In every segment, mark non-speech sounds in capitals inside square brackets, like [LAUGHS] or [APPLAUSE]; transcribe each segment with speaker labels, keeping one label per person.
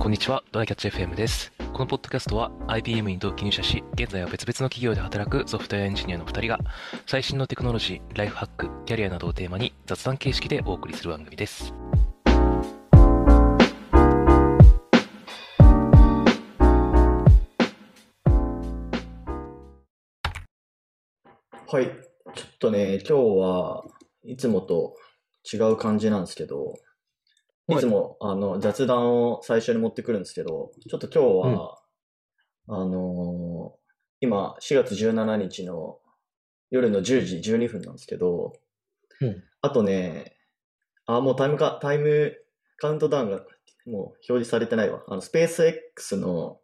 Speaker 1: こんにちは、ドライキャッチ FM です。このポッドキャストは IBM に同期入社し、現在は別々の企業で働くソフトウェアエンジニアの2人が、最新のテクノロジー、ライフハック、キャリアなどをテーマに雑談形式でお送りする番組です。
Speaker 2: はい。ちょっとね、今日はいつもと違う感じなんですけど、い
Speaker 1: はい
Speaker 2: つもあの雑談を最初に持ってくるんですけど、ちょっと今日は、あのー今4月17日の夜の10時12分なんですけど、
Speaker 1: うん
Speaker 2: あとね、あ、もうタイムか、タイムカウントダウンがもう表示されてないわ。あの、スペース X の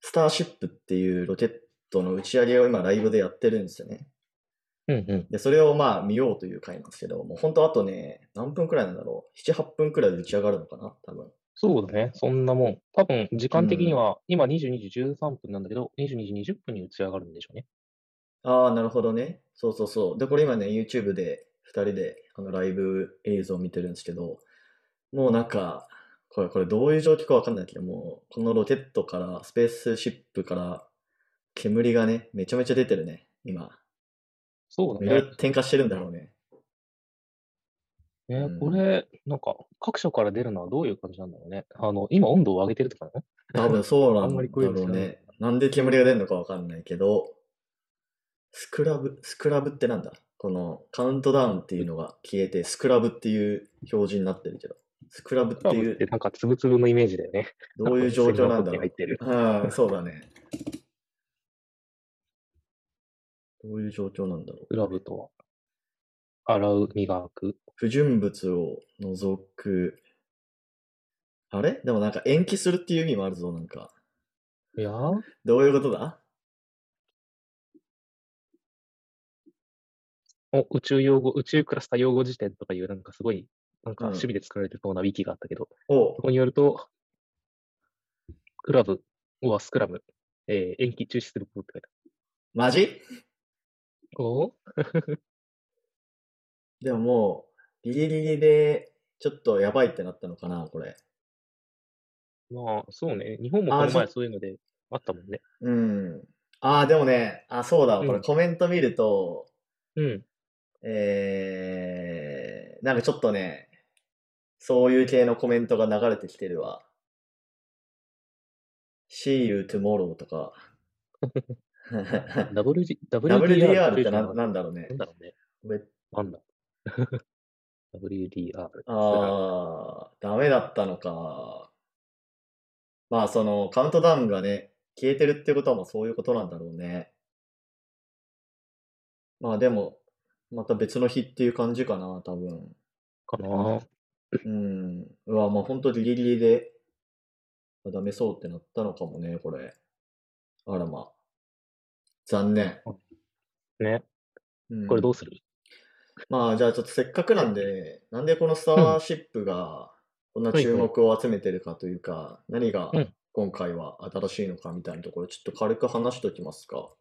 Speaker 2: スターシップっていうロケットの打ち上げを今ライブでやってるんですよね。
Speaker 1: うんうん。
Speaker 2: で、それをまあ見ようという回なんですけど、もう本当あとね、何分くらいなんだろう。7、8分くらいで打ち上がるのかな多分。
Speaker 1: そうだね。そんなもん。多分、時
Speaker 2: 間的に
Speaker 1: は、今22時13分なんだけど、22時20分に打ち上がるんでしょうね。
Speaker 2: ああ、なるほどね。そうそうそう。で、これ今ね、YouTube で2人であのライブ映像を見てるんですけど、もうなんか、これ、これどういう状況かわかんないけど、もう、このロケットから、スペースシップから、煙がね、めちゃめちゃ出てるね、今。
Speaker 3: そう
Speaker 2: い
Speaker 3: だ
Speaker 2: ろい
Speaker 3: ね。
Speaker 2: ろ点火してるんだろうね。
Speaker 3: ね
Speaker 2: うん
Speaker 3: これ、なんか、各所から出るのはどういう感じなんだろうね。あの、今温度を上げてるとかね。
Speaker 2: 多 [LAUGHS] 分そうなん
Speaker 3: あん
Speaker 2: だ
Speaker 3: まり声を
Speaker 2: ろう
Speaker 3: 聞かな
Speaker 2: ね。なんで煙が出るのかわかんないけど、スクラブ、スクラブってなんだこのカウントダウンっていうのが消えて、スクラブっていう表示になってるけど、スクラブっ
Speaker 3: クラ
Speaker 2: てい
Speaker 3: ブっ
Speaker 2: う
Speaker 3: て、なんか、つぶつぶのイメージだよね。
Speaker 2: どういう状
Speaker 3: [LAUGHS]
Speaker 2: 況なんだ
Speaker 3: ろ
Speaker 2: ろ
Speaker 3: 入ってる。
Speaker 2: う。うん、そうだね。どういう状況なんだろう。
Speaker 3: クラブとは。洗う、磨く。
Speaker 2: 不純物を除く。あれでもなんか延期するっていう意味もあるぞ、なんか。
Speaker 3: いやー
Speaker 2: どういうことだ
Speaker 3: お宇宙用語、宇宙クラスター用語辞典とかいう、なんかすごい、なんか
Speaker 2: うん
Speaker 3: 趣味で作られてそうなウィキがあったけど、
Speaker 2: お
Speaker 3: そこによると、クラブはスクラム、えー延期中止することって書いてあ
Speaker 2: マジ
Speaker 3: る。おー
Speaker 2: でももう、ギリギリで、ちょっとやばいってなったのかな、これ。
Speaker 3: まあ、そうね。日本も
Speaker 2: あ
Speaker 3: この前
Speaker 2: じ
Speaker 3: そういうのであったもんね。
Speaker 2: うん。ああ、でもね、あ、そうだわ、こ
Speaker 3: う
Speaker 2: れ
Speaker 3: ん
Speaker 2: コメント見ると、
Speaker 3: うん。
Speaker 2: えー、なんかちょっとね、そういう系のコメントが流れてきてるわ。See you tomorrow とか。 [LAUGHS]
Speaker 3: WG WDR
Speaker 2: WDR ってななんだろうね
Speaker 3: なん。だろうね。
Speaker 2: め
Speaker 3: なんだ。WDR。
Speaker 2: ああ、ダメだったのか。まあ、その、カウントダウンがね、消えてるってことはもうそういうことなんだろうね。まあ、でも、また別の日っていう感じかな、多分。
Speaker 3: かな
Speaker 2: うん。うわ、まあ、ほんとギリギリで、まあダメそうってなったのかもね、これ。あらまあ。残念。
Speaker 3: ね。
Speaker 2: うん
Speaker 3: これどうする
Speaker 2: まあじゃあちょっとせっかくなんで、なんでこのスターシップがこんな注目を集めてるかというか、何が
Speaker 3: うん
Speaker 2: 今回は新しいのかみたいなところ、ちょっと軽く話しておきますか。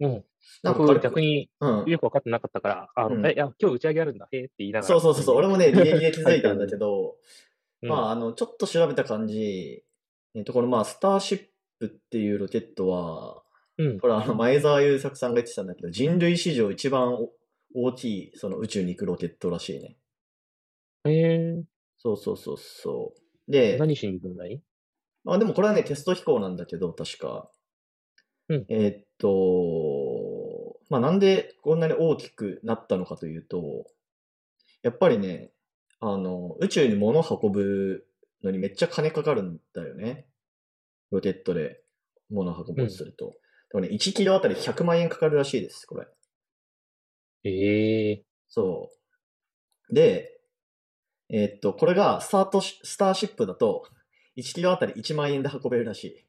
Speaker 3: うん。
Speaker 2: なんか
Speaker 3: 僕
Speaker 2: 軽く
Speaker 3: 逆に
Speaker 2: うん。
Speaker 3: よく分かってなかったから、あ
Speaker 2: う
Speaker 3: の、
Speaker 2: ん
Speaker 3: え、いや、今日打ち上げあるんだ、へえって言いながら。
Speaker 2: そうそうそうそう、俺もね、ギリギリ気づいたん
Speaker 3: は
Speaker 2: だ
Speaker 3: い
Speaker 2: けど、
Speaker 3: うん
Speaker 2: まあ、あの、ちょっと調べた感じ、えっと、このまあ、スターシップっていうロケットは、
Speaker 3: うん
Speaker 2: これあの、前澤友作さんが言ってたんだけど、人類史上一番お大きい、その宇宙に行くロケットらしいね。
Speaker 3: へ
Speaker 2: そうそうそうそう。
Speaker 3: え
Speaker 2: で、
Speaker 3: 何しに行くんだい
Speaker 2: まあでもこれはね、テスト飛行なんだけど、確か。
Speaker 3: うん
Speaker 2: えーっと、まあなんでこんなに大きくなったのかというと、やっぱりね、あの、宇宙に物を運ぶのにめっちゃ金かかるんだよね。ロケットで物を運ぼうとすると。でもね、1キロあたり100万円かかるらしいです、これ。
Speaker 3: ええ [LAUGHS]
Speaker 2: そう。で、えーっと、これがスタートし、スターシップだと、1キロあたり1万円で運べるらしい。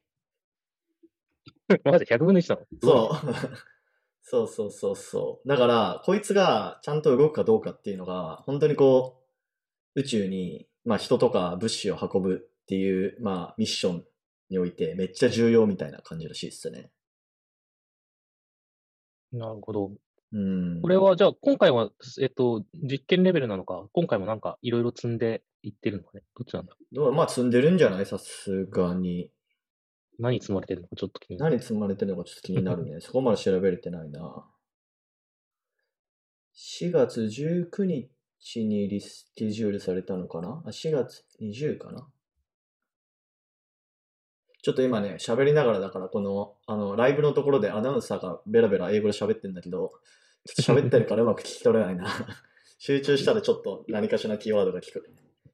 Speaker 3: マジ100分の1なの
Speaker 2: そう。 [LAUGHS] そうそうそうそう。だから、こいつがちゃんと動くかどうかっていうのが、本当にこう、宇宙に、まあ人とか物資を運ぶっていう、まあミッションにおいてめっちゃ重要みたいな感じらしいっすね。
Speaker 3: なるほど。
Speaker 2: うん。
Speaker 3: これは、じゃあ、今回は、えっと、実験レベルなのか、今回もなんか、いろいろ積んでいってるのかね。どっちなんだろ
Speaker 2: どうまあ積んでるんじゃないさすがに。
Speaker 3: う。何積まれてるのか、ちょっと気になる。
Speaker 2: 何積まれてるのかちょっと気に
Speaker 3: [LAUGHS]
Speaker 2: なるね。そこまで調べれてないな。4月19日にリスケジュールされたのかなあ ?4 月20かなちょっと今ね、喋りながらだから、この、あの、ライブのところでアナウンサーがベラベラ英語で喋ってんだけど、ちょっと喋ってるからうまく聞き取れな
Speaker 3: [LAUGHS]
Speaker 2: いな。集中したらちょっと何かしらキーワードが聞く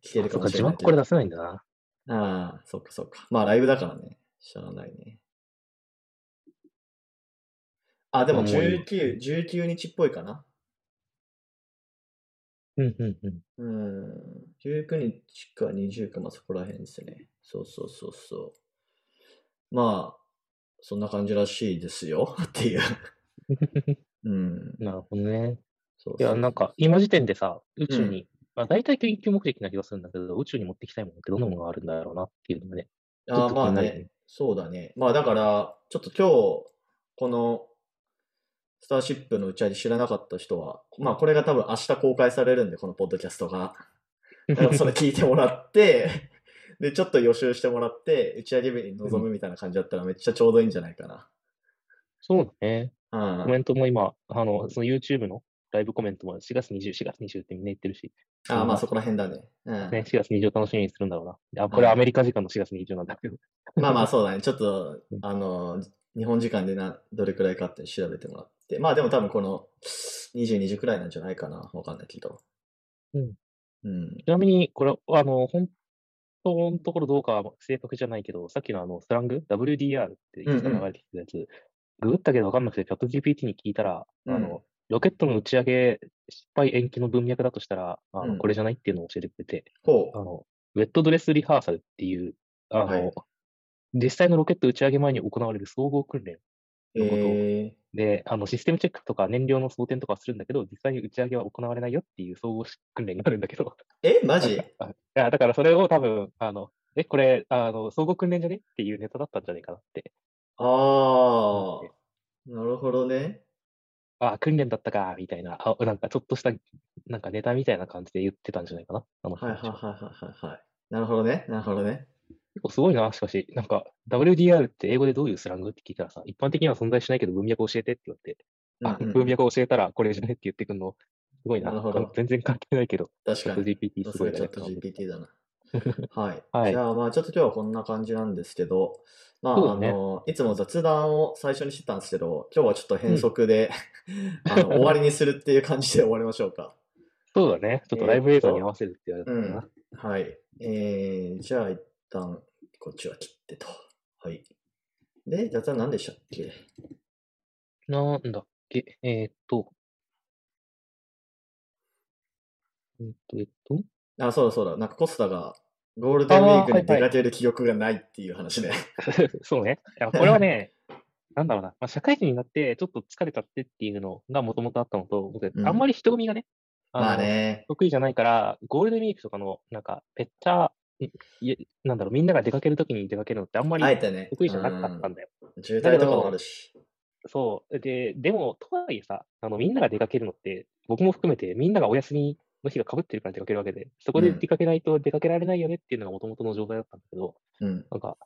Speaker 2: 聞ける
Speaker 3: あ
Speaker 2: か
Speaker 3: そう
Speaker 2: も
Speaker 3: か
Speaker 2: しれ
Speaker 3: 字
Speaker 2: ない
Speaker 3: 幕
Speaker 2: け
Speaker 3: こ
Speaker 2: ど
Speaker 3: れ。出せないんだな。
Speaker 2: ああ、そっかそっか。まあライブだからね。しゃあないね。あ、でも
Speaker 3: まあもういい
Speaker 2: 19、19日っぽいかな。
Speaker 3: うんうんうん。
Speaker 2: うん。19日か20か、まあそこら辺ですね。そうそうそうそう。まあ、そんな感じらしいですよ。 [LAUGHS] っ
Speaker 3: [LAUGHS]
Speaker 2: ていう。うん。
Speaker 3: なるほどね。
Speaker 2: そう
Speaker 3: いや、
Speaker 2: そう
Speaker 3: なんか、今時点でさ、宇宙
Speaker 2: うん
Speaker 3: に、まあ、大体研究目的な気がするんだけど、宇宙に持ってきたいものってどんなものがあるんだろうなっていうのがね。ちょ
Speaker 2: あ
Speaker 3: っ
Speaker 2: あ、
Speaker 3: と
Speaker 2: まあ
Speaker 3: 気になる
Speaker 2: ね。そうだね。まあだから、ちょっと今日、この、スターシップの打ち上げ知らなかった人は、まあこれが多分明日公開されるんで、このポッドキャストが。だからそれ聞いてもらって、で、ちょっと予習してもらって、打ち上げ日に臨むみたいな感じだったらめっちゃちょうどいいんじゃないかな。
Speaker 3: [LAUGHS] そうだね。
Speaker 2: うん。 [LAUGHS]
Speaker 3: コメントも今、あの、その YouTube のライブコメントも4月20、4月20ってみんな言ってるし、
Speaker 2: ああ、まあそこら辺だね。うん。
Speaker 3: ね、4月20を楽しみにするんだろうな。あ、これ
Speaker 2: はい
Speaker 3: アメリカ時間の4月20なんだけど。
Speaker 2: まあまあそうだね。ちょっと
Speaker 3: うん、
Speaker 2: あの、日本時間でな、どれくらいかって調べてもらって。まあでも多分この22時くらいなんじゃないかな。わかんないけど。
Speaker 3: うん。
Speaker 2: うん。
Speaker 3: [LAUGHS] ちなみに、これ、あの、本当のところどうかは正確じゃないけど、さっきのあの、スラング ?WDR っていくつか流れてきたやつ、ググったけど分かんなくて、チャット GPT に聞いたら、あ
Speaker 2: うん
Speaker 3: の、ロケットの打ち上げ失敗延期の文脈だとしたら、あ
Speaker 2: う
Speaker 3: の
Speaker 2: ん
Speaker 3: これじゃないっていうのを教えてくれて、
Speaker 2: ほ
Speaker 3: あの、ウェットドレスリハーサルっていう、あの、
Speaker 2: はい
Speaker 3: 実際のロケット打ち上げ前に行われる総合訓練
Speaker 2: う。
Speaker 3: なるほど
Speaker 2: え
Speaker 3: で、あの、システムチェックとか燃料の装填とかはするんだけど、実際に打ち上げは行われないよっていう総合訓練があるんだけど、
Speaker 2: ー、え、マジ
Speaker 3: [LAUGHS] あいや、だからそれを多分、あの、え、これ、あの、総合訓練じゃねっていうネタだったんじゃないかなって。
Speaker 2: ああ、なるほどね。
Speaker 3: あ訓練だったか、みたいな、あなんかちょっとした、なんかネタみたいな感じで言ってたんじゃないかな。あの人
Speaker 2: はい
Speaker 3: た
Speaker 2: はい
Speaker 3: ちは
Speaker 2: はいはいはいはい。なるほどね。なるほどね。
Speaker 3: 結構すごいな、しかし、なんか、WDR って英語でどういうスラングって聞いたらさ、一般的には存在しないけど文脈教えてって言われて、あ
Speaker 2: うんうん
Speaker 3: 文脈教えたらこれじゃねって言ってくんの、すごいな。
Speaker 2: なるほど
Speaker 3: 全然関係ないけど、
Speaker 2: 確
Speaker 3: チャット
Speaker 2: かに。
Speaker 3: GPT
Speaker 2: さ
Speaker 3: す
Speaker 2: す
Speaker 3: ごい
Speaker 2: が
Speaker 3: な
Speaker 2: チャ
Speaker 3: やっ
Speaker 2: ット
Speaker 3: ぱ
Speaker 2: GPT だな。
Speaker 3: [LAUGHS]
Speaker 2: はい。
Speaker 3: はい
Speaker 2: じゃあ、まあ、ちょっと今日はこんな感じなんですけど、ま
Speaker 3: そう
Speaker 2: あ、
Speaker 3: だ
Speaker 2: あ
Speaker 3: ね
Speaker 2: の、いつも雑談を最初にしてたんですけど、今日はちょっと変則で、 [LAUGHS] あの、終わりにするっていう感じで終わりましょうか。
Speaker 3: そうだね。ちょっとライブ映像に合わせるって言われた
Speaker 2: う
Speaker 3: か
Speaker 2: ん
Speaker 3: な。。
Speaker 2: はい。えー、じゃあ、一旦、こっちは切ってと。はい。で、雑談何でしたっけ
Speaker 3: なんだっけ、えーっと、えーっと、えーっと、 [LAUGHS]
Speaker 2: あ、そうだそうだ。なんかコスタがゴールデンウィーク
Speaker 3: あーは
Speaker 2: に出
Speaker 3: いは
Speaker 2: か
Speaker 3: い
Speaker 2: ける記憶がないっていう話ね。
Speaker 3: そうね。いや、これは
Speaker 2: [LAUGHS]
Speaker 3: ね、なんだろうな。まあ、社会人になって、ちょっと疲れたってっていうのがもともとあったのと、僕
Speaker 2: うん
Speaker 3: あんまり人混みがね、あの
Speaker 2: [LAUGHS] まあね。
Speaker 3: 得意じゃないから、ゴールデンウィークとかの、なんか、ペッチャー、んいえなんだろう、みんなが出かけるときに出かけるのってあんま
Speaker 2: あえ
Speaker 3: り
Speaker 2: てね。
Speaker 3: 得意じゃなかった
Speaker 2: うん
Speaker 3: んだよ。
Speaker 2: 渋
Speaker 3: だ
Speaker 2: 滞
Speaker 3: け
Speaker 2: と
Speaker 3: ど
Speaker 2: かもあるし。
Speaker 3: そう。で、でも、とはいえさ、あの、みんなが出かけるのって、僕も含めて、みんながお休みの日が被ってるから出かけるわけで、そこで
Speaker 2: うん
Speaker 3: 出かけないと出かけられないよねっていうのがもともとの状態だったんだけど、
Speaker 2: う
Speaker 3: な
Speaker 2: ん。
Speaker 3: んか、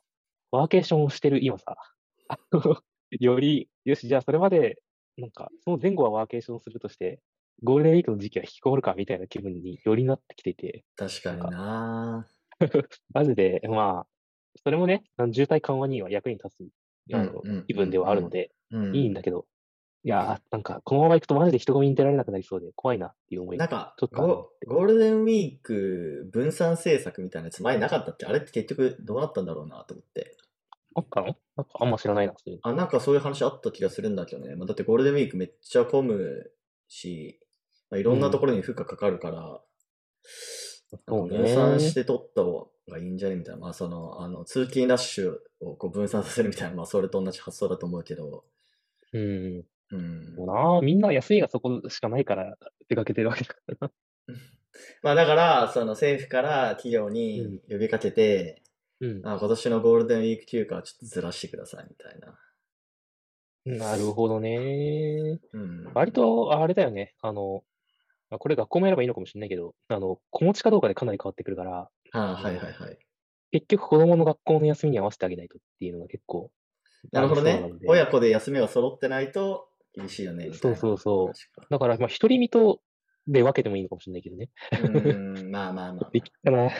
Speaker 3: ワーケーションをしてる今さ、 [LAUGHS] あのより、よし、じゃあそれまで、なんか、その前後はワーケーションするとして、ゴールデンウィークの時期は引きこもるかみたいな気分によりなってきていて、
Speaker 2: 確かにな
Speaker 3: マジで、まあ、それもね、あの渋滞緩和には役に立つあの
Speaker 2: うんうん
Speaker 3: 気分ではあるので、
Speaker 2: うん
Speaker 3: いいんだけど、いやー、なんか、このまま行くとマジで人混みに出られなくなりそうで、怖いなっていう思い
Speaker 2: なんか
Speaker 3: ちょっとあ
Speaker 2: ゴ、ゴールデンウィーク分散政策みたいなやつ前なかったっけあれって結局どうなったんだろうなと思って。
Speaker 3: あったのなんか、あんま知らないな、そういうの
Speaker 2: あ、なんかそういう話あった気がするんだけどね。まあ、だってゴールデンウィークめっちゃ混むし、まあ、いろんなところに負荷かかるから、
Speaker 3: そうね
Speaker 2: 分散して取った方がいいんじゃねみたいな。まあ、その、あの、通勤ラッシュをこう分散させるみたいな、まあ、それと同じ発想だと思うけど、
Speaker 3: うん。
Speaker 2: うん。
Speaker 3: もうなー、みんな休みがそこしかないから出かけてるわけだからな。
Speaker 2: まあ、だから、その政府から企業に呼びかけて、
Speaker 3: うん。
Speaker 2: あ今年のゴールデンウィーク休暇はちょっとずらしてくださいみたいな。
Speaker 3: なるほどね。
Speaker 2: うん。
Speaker 3: 割と、あれだよね。あの、まあこれ学校もやればいいのかもしれないけど、あの、子持ちかどうかでかなり変わってくるから、
Speaker 2: あーはいはいはい。
Speaker 3: 結局子供の学校の休みに合わせてあげないとっていうのが結構、
Speaker 2: なるほど
Speaker 3: あり
Speaker 2: ね
Speaker 3: そうなの。で
Speaker 2: 親子で休みが揃ってないと厳しいよね。みたいな
Speaker 3: そうそう
Speaker 2: 確
Speaker 3: だから、まあ、独り身とで分けてもいいのかもしれないけどね。
Speaker 2: かにうーん、 [LAUGHS] まあまあまあ。
Speaker 3: で
Speaker 2: い
Speaker 3: きた [LAUGHS] ら、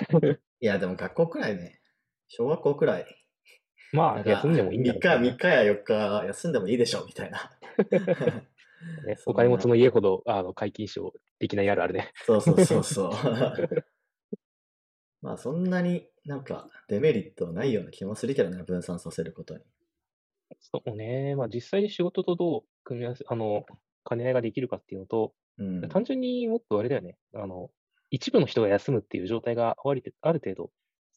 Speaker 2: や、でも学校くらいね。小学校くらい。
Speaker 3: まあ、休んでもいいんだろう
Speaker 2: 3日、
Speaker 3: けどね
Speaker 2: 3日や4日休んでもいいでしょ、みたいな。
Speaker 3: [LAUGHS] ね
Speaker 2: そ
Speaker 3: お
Speaker 2: んな
Speaker 3: 金持ちの家ほど、あの、解禁賞的なやるあるね。
Speaker 2: そうそうそう [LAUGHS] そう。まあそんなになんかデメリットはないような気もするけどね、分散させることに。
Speaker 3: そうね。まあ、実際に仕事とどう組み合わせ、あの、兼ね合いができるかっていうのと、
Speaker 2: うん。
Speaker 3: 単純にもっとあれだよね。あの、一部の人が休むっていう状態がありある程度、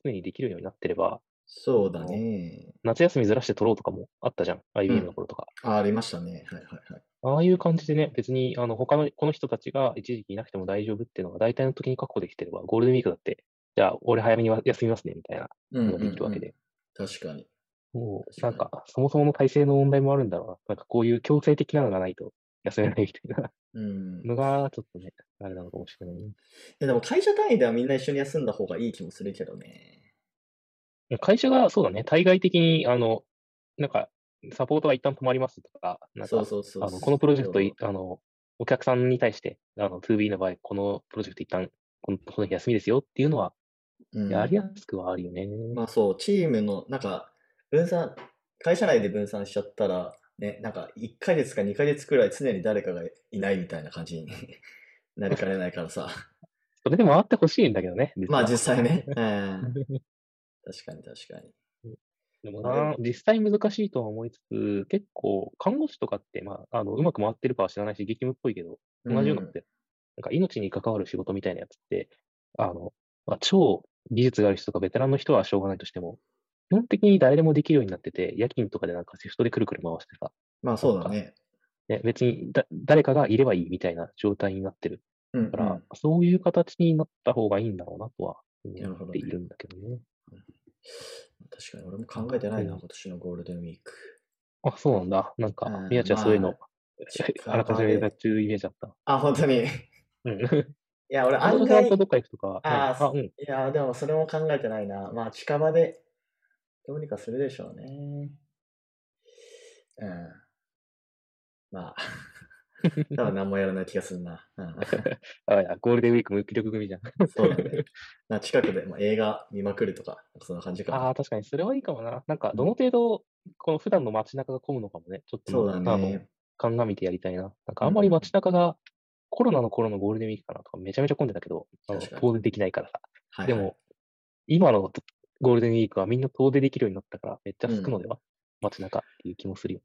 Speaker 3: 常にできるようになってれば、
Speaker 2: そうだね。
Speaker 3: 夏休みずらして取ろうとかもあったじゃん。
Speaker 2: う
Speaker 3: IBM
Speaker 2: ん
Speaker 3: の頃とか。
Speaker 2: あ、ありましたね。はいはいはい。
Speaker 3: ああいう感じでね、別に、あの、他の、この人たちが一時期いなくても大丈夫っていうのが大体の時に確保できてれば、ゴールデンウィークだって、じゃあ、俺早めにわ休みますね、みたいな
Speaker 2: うん
Speaker 3: のができるわけで。
Speaker 2: 確かに。
Speaker 3: もう、な
Speaker 2: 確
Speaker 3: ん
Speaker 2: かに
Speaker 3: か、そもそもの体制の問題もあるんだろうな。なんか、こういう強制的なのがないと休めないみたいな [LAUGHS]
Speaker 2: うん。
Speaker 3: のが、ちょっとね、あれなのかもしれないね。
Speaker 2: いやでも会社単位ではみんな一緒に休んだ方がいい気もするけどね。
Speaker 3: 会社が、そうだね、対外的に、あの、なんか、サポートが一旦止まりますとか、なん
Speaker 2: そ
Speaker 3: か
Speaker 2: う、そうそう
Speaker 3: あの、このプロジェクトい、あの、お客さんに対して、あの、2B の場合、このプロジェクト一旦、この、この日休みですよっていうのは、
Speaker 2: うん
Speaker 3: やりやすくはあるよね。
Speaker 2: まあそう、チームの、なんか、分散、会社内で分散しちゃったら、ね、なんか1ヶ月か2ヶ月くらい常に誰かがいないみたいな感じに [LAUGHS] なりかねないからさ。
Speaker 3: それでもあってほしいんだけどね。実
Speaker 2: まあ
Speaker 3: は
Speaker 2: 実際ね。うん。確かに確かに。
Speaker 3: でも
Speaker 2: ま
Speaker 3: な
Speaker 2: あ、
Speaker 3: 実際難しいとは思いつつ、結構、看護師とかって、まあ、あの、うまく回ってるかは知らないし、激務っぽいけど、同じようなことやなんか命に関わる仕事みたいなやつって、あの、まあ、超技術がある人とかベテランの人はしょうがないとしても、基本的に誰でもできるようになってて、夜勤とかでなんかシフトでくるくる回してさ、
Speaker 2: まあそうだね。
Speaker 3: ね、別にだ誰かがいればいいみたいな状態になってる
Speaker 2: うん、うん
Speaker 3: から、そういう形になった方がいいんだろうなとは
Speaker 2: なる
Speaker 3: 思
Speaker 2: ほ
Speaker 3: っ
Speaker 2: ど
Speaker 3: て
Speaker 2: ね
Speaker 3: いるんだけどね。
Speaker 2: 確かに俺も考えてないな、
Speaker 3: うん
Speaker 2: 今年のゴールデンウィーク。
Speaker 3: あ、そうなんだ。なんか
Speaker 2: うん、
Speaker 3: みやちゃんそういうの、
Speaker 2: まあ
Speaker 3: あらかじめや
Speaker 2: 近場
Speaker 3: っ
Speaker 2: で
Speaker 3: てるイメージあった。
Speaker 2: あ、本当に。い
Speaker 3: うん。
Speaker 2: や、俺
Speaker 3: あ [LAUGHS]
Speaker 2: 案
Speaker 3: さん
Speaker 2: 外、
Speaker 3: とどっか行くとか、
Speaker 2: あー
Speaker 3: うんうん。
Speaker 2: いや、でもそれも考えてないな。まあ、近場でどうにかするでしょうね。うん。まあ、
Speaker 3: [LAUGHS]
Speaker 2: 多分何もやらない気がするな。うん、
Speaker 3: あいや、ゴールデンウィーク無気力組じゃん。
Speaker 2: そうだ
Speaker 3: [LAUGHS]
Speaker 2: ね。まあ、近くで、まあ、映画見まくるとか、そんな感じかな。
Speaker 3: ああ、確かに、それはいいかもな。なんか、どの程度、この普段の街中が混むのかもね、ちょっと、
Speaker 2: そうだ
Speaker 3: あの、
Speaker 2: ね。
Speaker 3: 鑑みてやりたいな。なんか、
Speaker 2: うん
Speaker 3: あんまり街中が、コロナの頃のゴールデンウィークかなとか、めちゃめちゃ混んでたけど、あの
Speaker 2: 確かに
Speaker 3: 遠出できないからさ。
Speaker 2: はい、
Speaker 3: でも、、今のゴールデンウィークはみんな遠出できるようになったから、めっちゃ空くのでは、街中っていう気もするよ。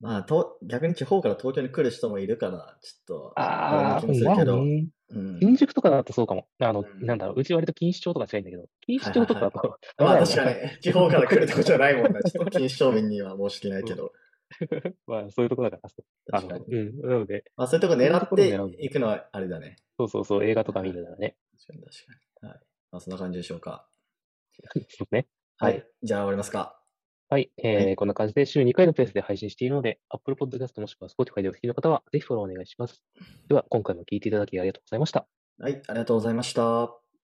Speaker 2: まあと、逆に地方から東京に来る人もいるから、ちょっと、
Speaker 3: ああ、
Speaker 2: れな気もするけど
Speaker 3: まあね
Speaker 2: うん、
Speaker 3: 新宿とかだとそうかも。あの、
Speaker 2: うん
Speaker 3: なんだろう、うち割と錦糸町とか近いんだけど、錦
Speaker 2: は
Speaker 3: 糸
Speaker 2: いは
Speaker 3: 町
Speaker 2: い
Speaker 3: とかだと、[LAUGHS]
Speaker 2: まあ
Speaker 3: わ
Speaker 2: 確
Speaker 3: ざ
Speaker 2: か
Speaker 3: わざ
Speaker 2: に、地方から来るってことじゃないもんな、ちょっと禁止商品には申し訳ないけど。
Speaker 3: まあ、そういうとこだから、あ
Speaker 2: 確
Speaker 3: の、
Speaker 2: かに。
Speaker 3: うん、なので、
Speaker 2: まあそういうとこ
Speaker 3: そういうところ狙
Speaker 2: 狙
Speaker 3: う
Speaker 2: っていくのはあれだね。
Speaker 3: そうそうそう、映画とか見るならね。 [LAUGHS]
Speaker 2: 確かに確かに。はい。まあそんな感じでしょうか。
Speaker 3: そうね。
Speaker 2: は。
Speaker 3: はいい
Speaker 2: じゃあ終わりますか。
Speaker 3: はい、えー
Speaker 2: はい
Speaker 3: こんな感じで週2回のペースで配信しているので、Apple Podcast もしくは Spotify でお聞きの方は、ぜひフォローお願いします。では、今回も聞いていただきありがとうございました。
Speaker 2: はい。ありがとうございました。